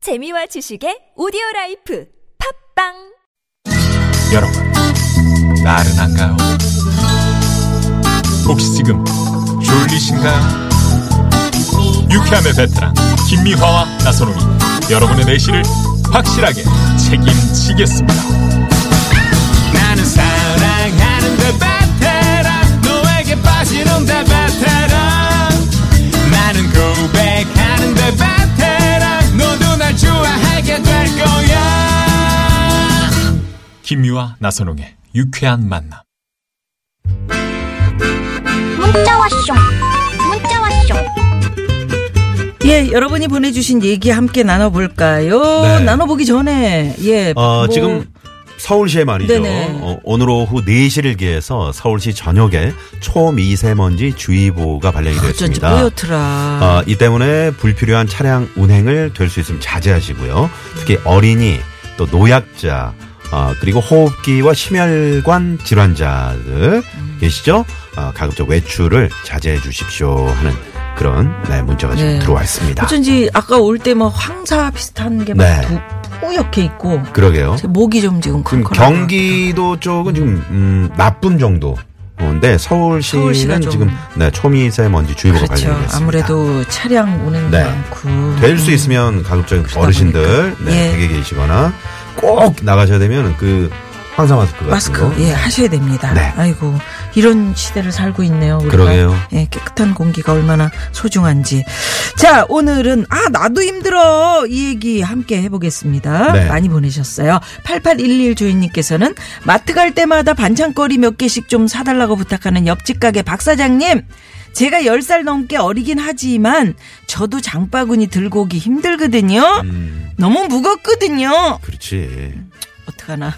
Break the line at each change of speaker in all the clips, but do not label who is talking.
재미와 지식의 오디오 라이프 팝빵
여러분, 나른한가요? 혹시 지금 졸리신가요? 유쾌함의 베테랑 김미화와 나선홍이 여러분의 내실을 확실하게 책임지겠습니다.
나는
그
사랑하는데 베테랑 너에게 빠지는데 베테랑 나는
그
고백하는데 베테랑 너도 날 좋아하게 될 거야
김미화 나선홍의 유쾌한 만남.
문자 왔쇼 문자 왔쇼
예, 여러분이 보내주신 얘기 함께 나눠볼까요?
네.
나눠보기 전에, 예.
어,
뭐,
지금 서울시에 말이죠.
네네.
어, 오늘 오후 4시를 기해서 서울시 전역에 초미세먼지 주의보가 발령이
어쩐지
되었습니다.
아, 뿌옇더라.
어, 이 때문에 불필요한 차량 운행을 될 수 있으면 자제하시고요. 특히 어린이 또 노약자 어, 그리고 호흡기와 심혈관 질환자들
음.
계시죠? 어, 가급적 외출을 자제해 주십시오 하는 그런 네, 문자가 지금
네.
들어왔습니다.
어쩐지 아까 올 때 뭐 황사 비슷한 게 막
네.
뿌옇게 있고.
그러게요.
제 목이 좀 지금
지금
컬컬.
경기도 쪽은 지금 음, 나쁨 정도. 인데
서울시가
서울시는
좀-
지금 네, 초미세먼지 주의보가
그렇죠.
발령됐습니다.
아무래도 차량 운행
네.
많고.
될 수 있으면 가급적
그러다
어르신들
보니까.
네,
예.
댁에 계시거나 꼭 나가셔야 되면 그 황사 마스크 같은
마스크,
거.
예, 하셔야 됩니다.
어? 네.
아이고, 이런 시대를 살고 있네요. 우리가.
그러게요.
예, 깨끗한 공기가 얼마나 소중한지. 자, 오늘은, 아, 나도 힘들어. 이 얘기 함께 해보겠습니다.
네.
많이 보내셨어요. 8811 주인님께서는 마트 갈 때마다 반찬거리 몇 개씩 좀 사달라고 부탁하는 옆집 가게 박사장님. 제가 10살 넘게 어리긴 하지만 저도 장바구니 들고 오기 힘들거든요.
음.
너무 무겁거든요.
그렇지.
어떡하나.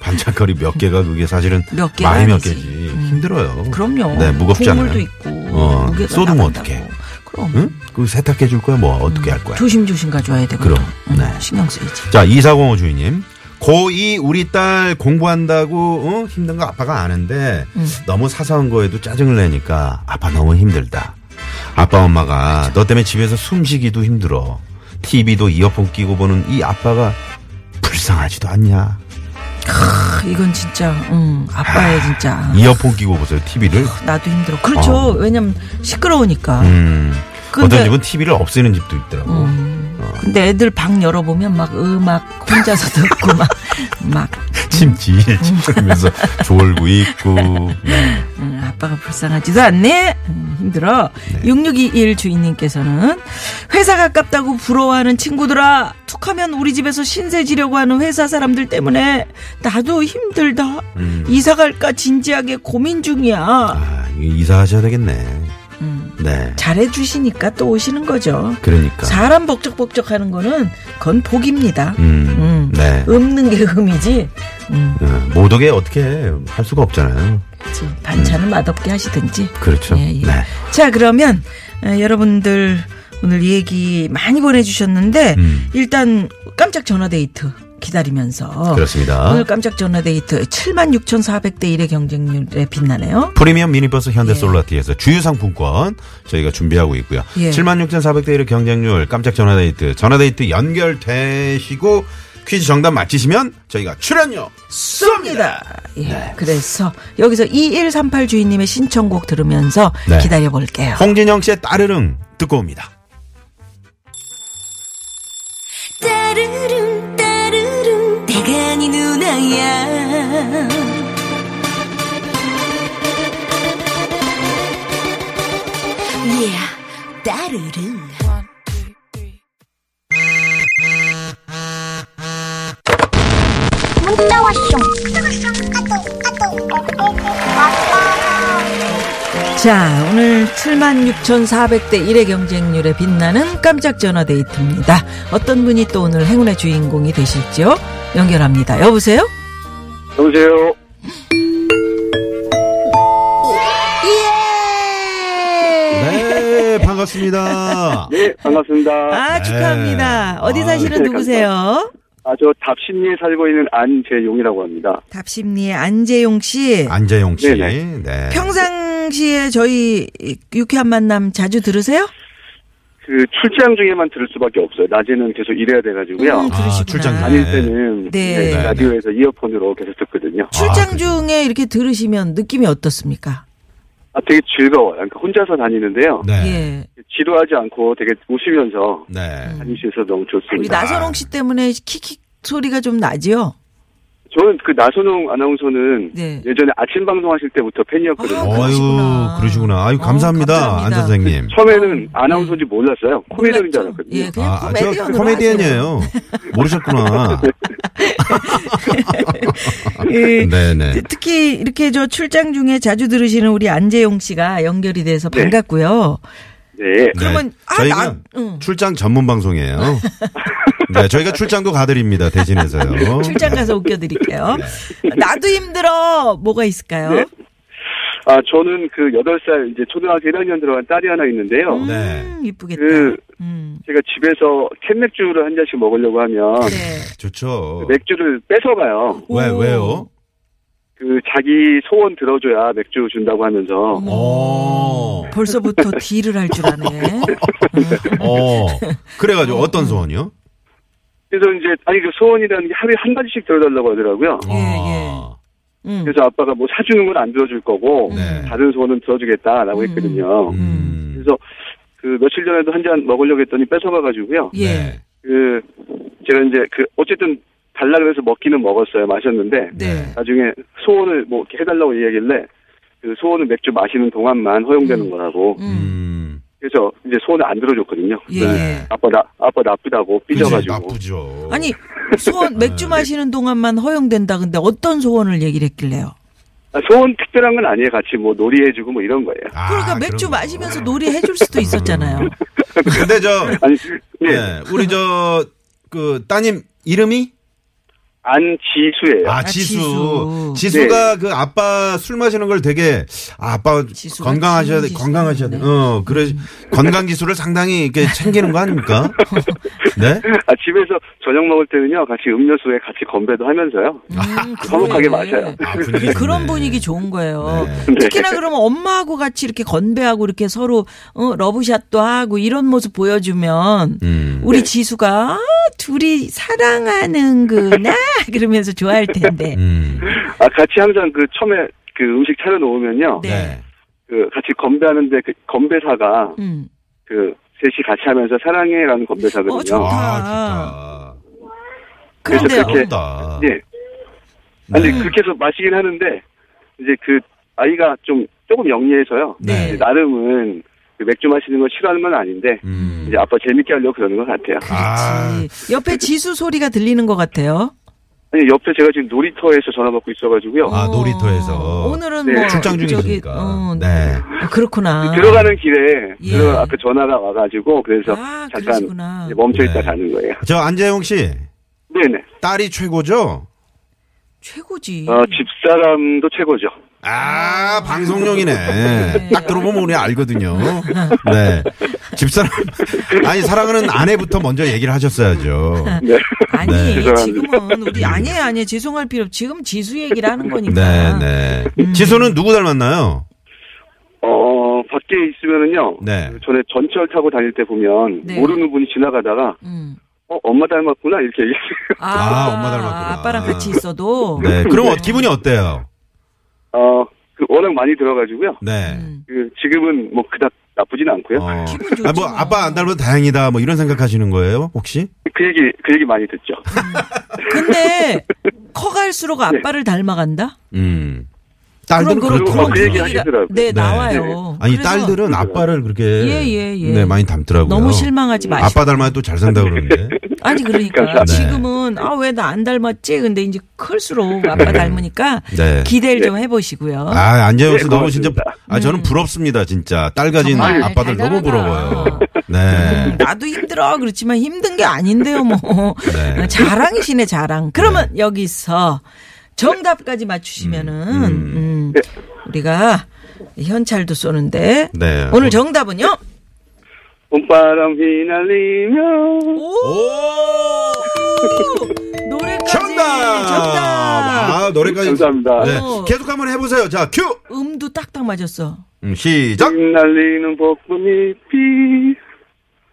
반찬거리 몇 개가 그게 사실은
몇 개가
많이 몇
아니지.
개지.
음.
힘들어요.
그럼요.
네, 무겁지 않아요.
국물도 있고.
어,
무게가
쏟으면
나간다고.
어떡해.
그럼.
응? 그 세탁해 줄 거야? 뭐 어떻게 할 거야?
조심조심 가져와야 되거든. 음,
그럼, 네.
신경 쓰이지.
자, 2405 주인님. 고2 우리 딸 공부한다고 어? 힘든 거 아빠가 아는데
음.
너무 사소한 거에도 짜증을 내니까 아빠 너무 힘들다. 아빠 엄마가 너 때문에 집에서 숨쉬기도 힘들어. TV도 이어폰 끼고 보는 이 아빠가 불쌍하지도 않냐.
크, 이건 진짜 음, 아빠의 진짜
이어폰 끼고 보세요. TV를.
나도 힘들어. 그렇죠.
어.
왜냐면 시끄러우니까.
음.
근데- 음.
어떤 집은 TV를 없애는 집도 있더라고.
근데 애들 방 열어보면 막 음악 혼자서 듣고 막, 막
침질 침질하면서 졸고 있고. 네.
음, 아빠가 불쌍하지도 않네. 음, 힘들어.
네.
6621 주인님께서는 회사 가깝다고 부러워하는 친구들아 툭하면 우리 집에서 신세 지려고 하는 회사 사람들 때문에 나도 힘들다. 이사 갈까 진지하게 고민 중이야.
음. 아, 이거 이사하셔야 되겠네.
음.
네.
잘해 주시니까 또 오시는 거죠.
그러니까.
사람 복적복적 하는 거는 건 복입니다.
음,
음.
네.
없는 게 흠이지. 음,
음, 못 오게 어떻게 할 수가 없잖아요.
그치. 반찬은 맛없게 하시든지.
그렇죠.
예, 예.
네.
자, 그러면 에, 여러분들 오늘 얘기 많이 보내주셨는데
음.
일단 깜짝 전화데이트 기다리면서
그렇습니다.
어. 오늘 깜짝 전화데이트 76,400대 1의 경쟁률에 빛나네요.
프리미엄
예.
미니버스 현대솔라티에서 주유상품권 저희가 준비하고 있고요.
예.
76,400대 1의 경쟁률 깜짝 전화데이트 전화데이트 연결되시고 퀴즈 정답 맞히시면 저희가 출연료
쏩니다. 예,
네.
그래서 여기서 2138 주인님의 신청곡 들으면서
네.
기다려볼게요.
홍진영 씨의 따르릉 듣고 옵니다.
따르릉 따르릉 내가 네 누나야 yeah, 따르릉
문자 왔쇼 까똑 까똑
자, 오늘 76,400대 1의 경쟁률에 빛나는 깜짝 전화 데이트입니다. 어떤 분이 또 오늘 행운의 주인공이 되실지요? 연결합니다. 여보세요?
여보세요.
네, 반갑습니다.
네, 반갑습니다.
아,
네.
축하합니다. 어디
아,
사시는
네,
누구세요?
아, 저 답신리에 살고 있는 안재용이라고 합니다.
답심리의 안재용 씨.
안재용 씨.
네네.
아, 네.
평상시에 저희 유쾌한 만남 자주 들으세요?
그 출장 중에만 들을 수밖에 없어요. 낮에는 계속 일해야 돼가지고요.
음,
아,
그러시구나.
출장
아닐 때는
네.
네,
네,
라디오에서 이어폰으로 계속 듣거든요.
출장
아,
중에 이렇게 들으시면 느낌이 어떻습니까?
아, 되게 즐거워요. 그러니까 혼자서 다니는데요.
네.
예.
지루하지 않고 되게 웃으면서
네.
다닐 수 있어서 너무
우리
좋습니다.
나선홍 씨 때문에 킥킥 소리가 좀 나지요?
저는 그 나선홍 아나운서는
네.
예전에 아침 방송하실 때부터 팬이었거든요.
아,
어유
그러시구나.
그러시구나. 아유
어,
감사합니다.
감사합니다. 그
안 선생님.
처음에는 아나운서인지 몰랐어요. 코미디언인
몰랐죠?
줄 알았거든요.
예, 그냥
아, 저
코미디언으로 하세요.
코미디언이에요. 모르셨구나.
예.
네네.
특- 특히 이렇게 저 출장 중에 자주 들으시는 우리 안재용 씨가 연결이 돼서
네.
반갑고요.
네.
그러면 아,
저희가
나- 응.
출장 전문 방송이에요. 네, 저희가 출장도 가드립니다 대신해서요.
출장 가서 웃겨드릴게요.
네.
나도 힘들어. 뭐가 있을까요?
네. 아, 저는 그 8살, 이제 초등학교 1학년 들어간 딸이 하나 있는데요.
네.
음, 이쁘겠다.
그,
음.
제가 집에서 캔맥주를 한 잔씩 먹으려고 하면 그
네.
좋죠.
맥주를 뺏어가요.
왜
오.
왜요?
그 자기 소원 들어줘야 맥주 준다고 하면서
음.
어. 오.
벌써부터 딜을 할 줄 아네.
어. 그래가지고 어떤
음.
소원이요?
그래서 이제 아니 그 소원이라는 게 하루에 한 가지씩 들어달라고 하더라고요.
예, 예.
아,
음.
그래서 아빠가 뭐 사주는 건 안 들어줄 거고
네.
다른 소원은 들어주겠다라고
음.
했거든요.
음.
그래서 그 며칠 전에도 한 잔 먹으려고 했더니 뺏어가가지고요.
예.
네.
그 제가 이제 그 어쨌든 달라 그래서 먹기는 먹었어요. 마셨는데
네.
나중에 소원을 뭐 이렇게 해달라고 얘기하길래 그 소원은 맥주 마시는 동안만 허용되는 거라고
음.
음.
그래서 이제 소원을 안 들어줬거든요.
예, 예.
네.
아빠 나 아빠 나쁘다고
그치,
삐져가지고
나쁘죠.
아니, 소원,
네.
맥주 마시는 동안만 허용된다. 근데 어떤 소원을 얘기를 했길래요?
아, 소원 특별한 건 아니에요. 같이 뭐 놀이해주고 뭐 이런 거예요.
아,
그러니까 맥주
그런 거.
마시면서 놀이 해줄 수도 있었잖아요.
근데 저
아니 네,
네. 우리 저 그 따님 이름이
안지수예요.
아,
지수.
지수. 지수. 가그 아빠 술 마시는 걸 되게 아, 아빠
지수가
건강하셔야 돼.
지수
건강하셔야 돼.
지수네.
어, 그래 건강 기술을 상당히 이렇게 챙기는 거 아닙니까? 네?
아, 집에서 저녁 먹을 때는요. 같이 음료수에 같이 건배도 하면서요.
음,
화목하게
그러네. 그러니까
마셔요.
아, 분위기 아, 좋네.
그런 분위기 좋은 거예요.
네.
특히나 그러면 엄마하고 같이 이렇게 건배하고 이렇게 서로 어, 러브샷도 하고 이런 모습 보여주면
음.
네.
우리 지수가 아, 둘이 사랑하는구나 그러면서 좋아할 텐데.
음.
아 같이 항상 그 처음에 그 음식 차려놓으면요.
네.
네.
그 같이 건배하는데 그 건배사가
음.
그 셋이 같이 하면서 사랑해라는
어,
건배사거든요.
좋다.
아,
그래서
그런데요.
그렇게-
좋다. 다
네.
예.
네.
아니 그렇게 해서 마시긴 하는데 이제 그 아이가 좀 조금 영리해서요.
네.
이제 나름은 그 맥주 마시는 걸 싫어하는 건 아닌데
음.
이제 아빠 재밌게 하려고 그러는 것 같아요.
아.
그렇지. 옆에 지수 소리가 들리는 것 같아요.
아니 옆에 제가 지금 놀이터에서 전화 받고 있어가지고요.
아, 놀이터에서.
오늘은
네.
뭐
출장
저기,
중이시니까.
어,
네.
그렇구나.
들어가는 길에
예.
들어 아까 전화가 와가지고 그래서
아,
잠깐
그러시구나.
이제 멈춰있다
네.
가는 거예요.
저 안재용 씨
네네.
딸이 최고죠?
최고지.
어, 집사람도 최고죠.
아, 방송용이네.
네.
딱 들어보면 우리 알거든요. 네. 집사람, 아니, 사랑하는 아내부터 먼저 얘기를 하셨어야죠.
아니
네.
그
지금은 우리 아니에요 아니에요 죄송할 필요 없. 지금 지수 얘기를 하는
네,
거니까. 음.
네. 지수는 누구 닮았나요?
어 밖에 있으면은요.
네.
그 전에 전철 타고 다닐 때 보면
네.
모르는 분이 지나가다가
음.
어 엄마 닮았구나 이렇게 얘기했어요.
아,
아, 엄마 닮았구나.
아빠랑 같이 있어도.
네. 그럼 어, 기분이 어때요?
어그 워낙 많이 들어가지고요.
네.
음.
그 지금은 뭐 그닥 나쁘진 않고요.
어.
기분 좋지
아, 뭐,
뭐.
아빠 안 닮아도 다행이다. 뭐 이런 생각 하시는 거예요? 혹시?
그 얘기 그 얘기 많이 듣죠.
근데 커갈수록 아빠를 닮아간다.
음.
그럼
딸들은
그런
그렇구나.
그 얘기
분위기가-
하시더라고요.
네,
네.
나와요.
아니,
그래서
딸들은 아빠를 그렇게.
예, 예, 예.
네, 많이 닮더라고요.
너무 실망하지 마시고.
아빠 네. 닮아도 또 잘산다 그러는데.
아니 그러니까
감사합니다.
지금은 아 왜 나 안 닮았지? 근데 이제 클수록 아빠 닮으니까
네.
기대를 좀 해보시고요.
아, 안재영 씨
네,
너무 진짜,
고맙습니다.
아, 저는 부럽습니다, 진짜. 딸 가진
예, 음. 정말
아빠들
대단하다.
너무
음.
부러워요. 네.
나도 힘들어 그렇지만 힘든 게 아닌데요 뭐
네.
자랑이시네 자랑 그러면 여기서 정답까지 맞추시면은 음, 우리가 현찰도 쏘는데
네.
오늘 정답은요
봄바람 휘날리며
오!
노래까지
정답!
정답! 어.
아, 노래까지.
감사합니다.
네.
오.
계속 한번 해보세요. 자, 큐!
음도 딱딱 맞았어
네.
음, 시작!
휘날리는 벚꽃잎이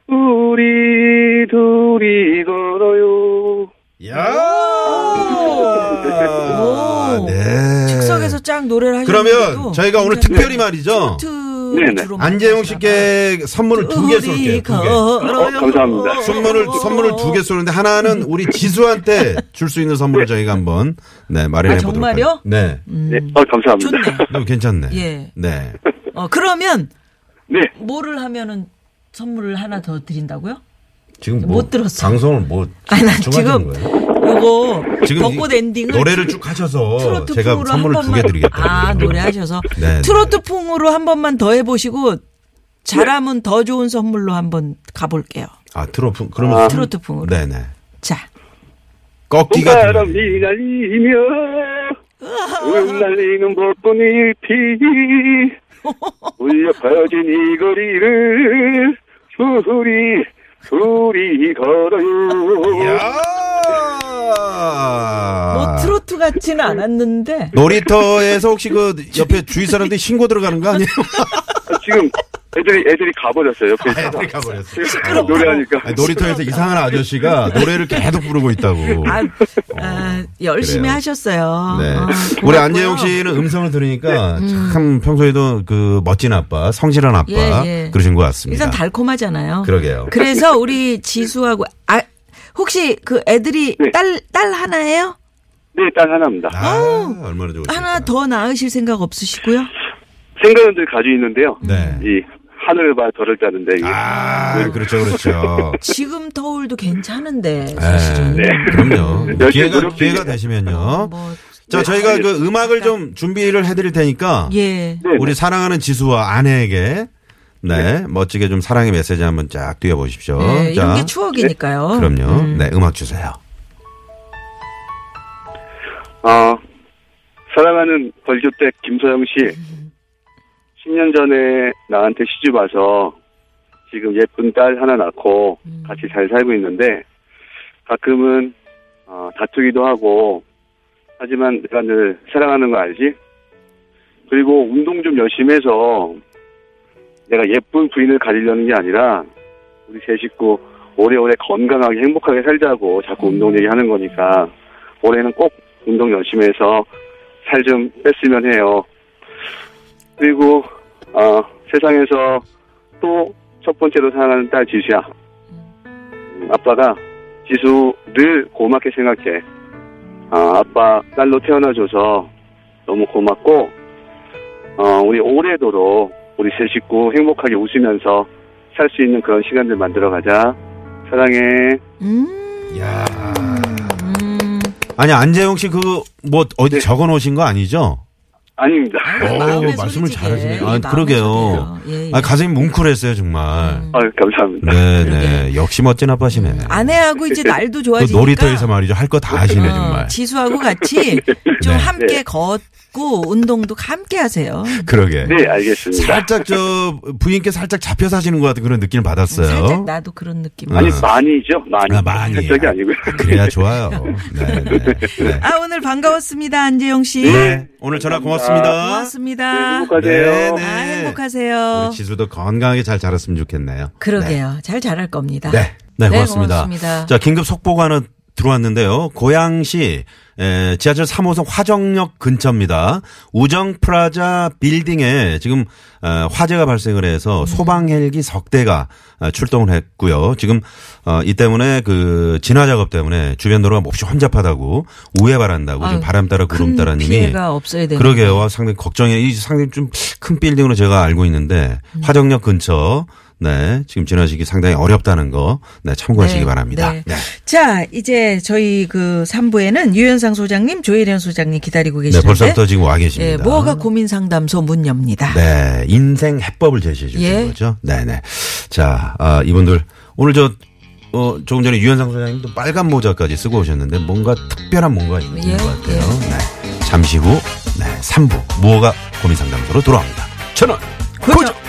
우리 둘이 걸어요.
야.
오.
네.
즉석에서 쫙 노래를 하시는
그러면 저희가 오늘 특별히 말이죠.
네네.
트로트로
안재용 씨께 선물을 두 개 쏠게요. 두 개.
어, 감사합니다.
선물을 선물을 두 개 쏘는데 하나는 우리 지수한테 줄 수 있는 선물을 저희가 한번 네 마련해
아,
보도록
정말요?
할게요. 네,
네, 어, 감사합니다.
좋네.
너무 괜찮네.
예.
네,
어, 그러면
네,
뭐를 하면은 선물을 하나 더 드린다고요?
지금
뭐 못 들었어.
방송을 뭐
아니, 난 지금
중간중간 거예요?
요거
지금
벚꽃
이
엔딩을
노래를 쭉 하셔서
트로트
제가
풍으로
선물을
한
두 개
번만
드리겠다고.
아 노래하셔서
네, 네.
트로트 풍으로 한 번만 더 해보시고 잘하면 더 좋은 선물로 한번 가볼게요.
아 트로트 그러면
트로트 풍으로.
네네.
자
꺾기가 들어가요.
바람이 날리며 흩날리는 벚꽃잎이 울려 퍼진 이 거리를 둘이 둘이 걸어요.
뭐
이야.
트로트 같지는 않았는데
놀이터에서 혹시 그 옆에 주위 사람들이 신고 들어가는 거 아니에요?
아, 지금 애들이 애들이 가버렸어요. 옆에
네, 애들이 가버렸어.
지금 노래하니까
아니, 놀이터에서 이상한 아저씨가 노래를 계속 부르고 있다고.
아, 아, 열심히
어, 그래요.
하셨어요.
네.
아,
우리
고맙고요.
안재용 씨는 음성을 들으니까
네.
참 평소에도 그 멋진 아빠, 성실한 아빠
예, 예.
그러신 것 같습니다.
일단 달콤하잖아요.
네. 그러게요.
그래서 우리 지수하고 아 혹시 그 애들이
네.
딸 딸 하나예요?
네, 딸 하나입니다.
아, 얼마나 좋으실까.
하나 더 낳으실 생각 없으시고요?
생각은 늘 가지고 있는데요.
네.
이 하늘을 봐 별을 짜는데 이게
네.
아, 그렇죠, 그렇죠.
지금 터울도 괜찮은데
네.
사실은
그럼요.
열심히
기회가,
노력
기회가
중이에요.
되시면요.
뭐
어? 자, 저희가 그 음악을 좀 준비를 해드릴 테니까.
예.
네,
우리 사랑하는 지수와 아내에게 네,
예.
멋지게 좀 사랑의 메시지 한번 쫙 띄워보십시오.
네, 이런
어, 자,
게 추억이니까요.
그럼요.
음.
네, 음악 주세요.
어, 사랑하는 벌교댁 김소영 씨. 10년 전에 나한테 시집 와서 지금 예쁜 딸 하나 낳고 같이 잘 살고 있는데 가끔은 어, 다투기도 하고 하지만 내가 늘 사랑하는 거 알지? 그리고 운동 좀 열심히 해서 내가 예쁜 부인을 가지려는 게 아니라 우리 세 식구 오래오래 건강하게 행복하게 살자고 자꾸 운동 얘기하는 거니까 올해는 꼭 운동 열심히 해서 살 좀 뺐으면 해요. 그리고 어, 세상에서 또 첫 번째로 사랑하는 딸 지수야. 음, 아빠가 지수 늘 고맙게 생각해. 아, 아빠 딸로 태어나줘서 너무 고맙고 어, 우리 오래도록 우리 세 식구 행복하게 웃으면서 살 수 있는 그런 시간들 만들어가자. 사랑해.
네.
음.
야
음.
아니, 안재용 씨 그 뭐 어디
네.
적어 놓으신 거 아니죠?
아닙니다.
아유,
오,
마음의
어,
소리지게.
말씀을
예,
잘하시네요. 아,
마음의
그러게요.
소리예요. 예, 예.
아, 가슴이 뭉클했어요, 정말.
음. 예.
아유, 감사합니다.
네, 네. 역시 멋진 아빠시네.
아내하고 이제 날도
또
좋아지니까
그 놀이터에서 말이죠. 할 거 다 하시네, 정말.
어, 지수하고 같이 좀
네.
함께 걷고 운동도 함께 하세요. 음,
그러게.
네, 알겠습니다.
살짝 저 부인께 살짝 잡혀 사시는 것 같은 그런 느낌을 받았어요.
살짝 나도 그런 느낌.
아.
아니 많이죠 많이
아, 많이.
갑자기 아니고요
그래야 좋아요. 네, 네, 네.
아 예. 오늘 반가웠습니다 안재영 씨.
네, 오늘 전화 고맙습니다.
고맙습니다.
행복하세요
아, 그- 네, 네.
아 행복하세요.
우리 지수도 건강하게 잘 자랐으면 좋겠네요.
그러게요. 잘 자랄 겁니다.
네. 네, 고맙습니다.
고맙습니다.
자, 긴급 속보가 하나 들어왔는데요. 고양시 에, 지하철 3호선 화정역 근처입니다. 우정 프라자 빌딩에 지금 어, 화재가 발생을 해서
네.
소방 헬기 석 대가 어, 출동을 했고요. 지금 어, 이 때문에 그 진화 작업 때문에 주변 도로가 몹시 혼잡하다고 우회 바란다고 지금
아유,
바람 따라 구름
큰
따라님이
피해가 없어야 되는.
그러게요. 와, 상당히 걱정해. 이 상당히 좀 큰 빌딩으로 제가 알고 있는데
음.
화정역 근처 네 지금 지나시기 상당히 어렵다는 거 네, 참고하시기
네,
바랍니다.
네.
네.
자 이제 저희 그 3부에는 유현상 소장님, 조혜련 소장님 기다리고
네,
계시는데.
벌써부터 지금 와 계십니다.
예, 뭐가 고민 상담소 문 엽니다.
네, 인생 해법을 제시해 주신
예.
거죠. 네, 네. 자, 아, 이분들 오늘 저 어, 조금 전에 유현상 소장님도 빨간 모자까지 쓰고 오셨는데 뭔가 특별한 뭔가 있는
예,
것 같아요. 네. 잠시 후 네, 3부 무허가 고민 상담소로 돌아옵니다. 채널
고정.
고정.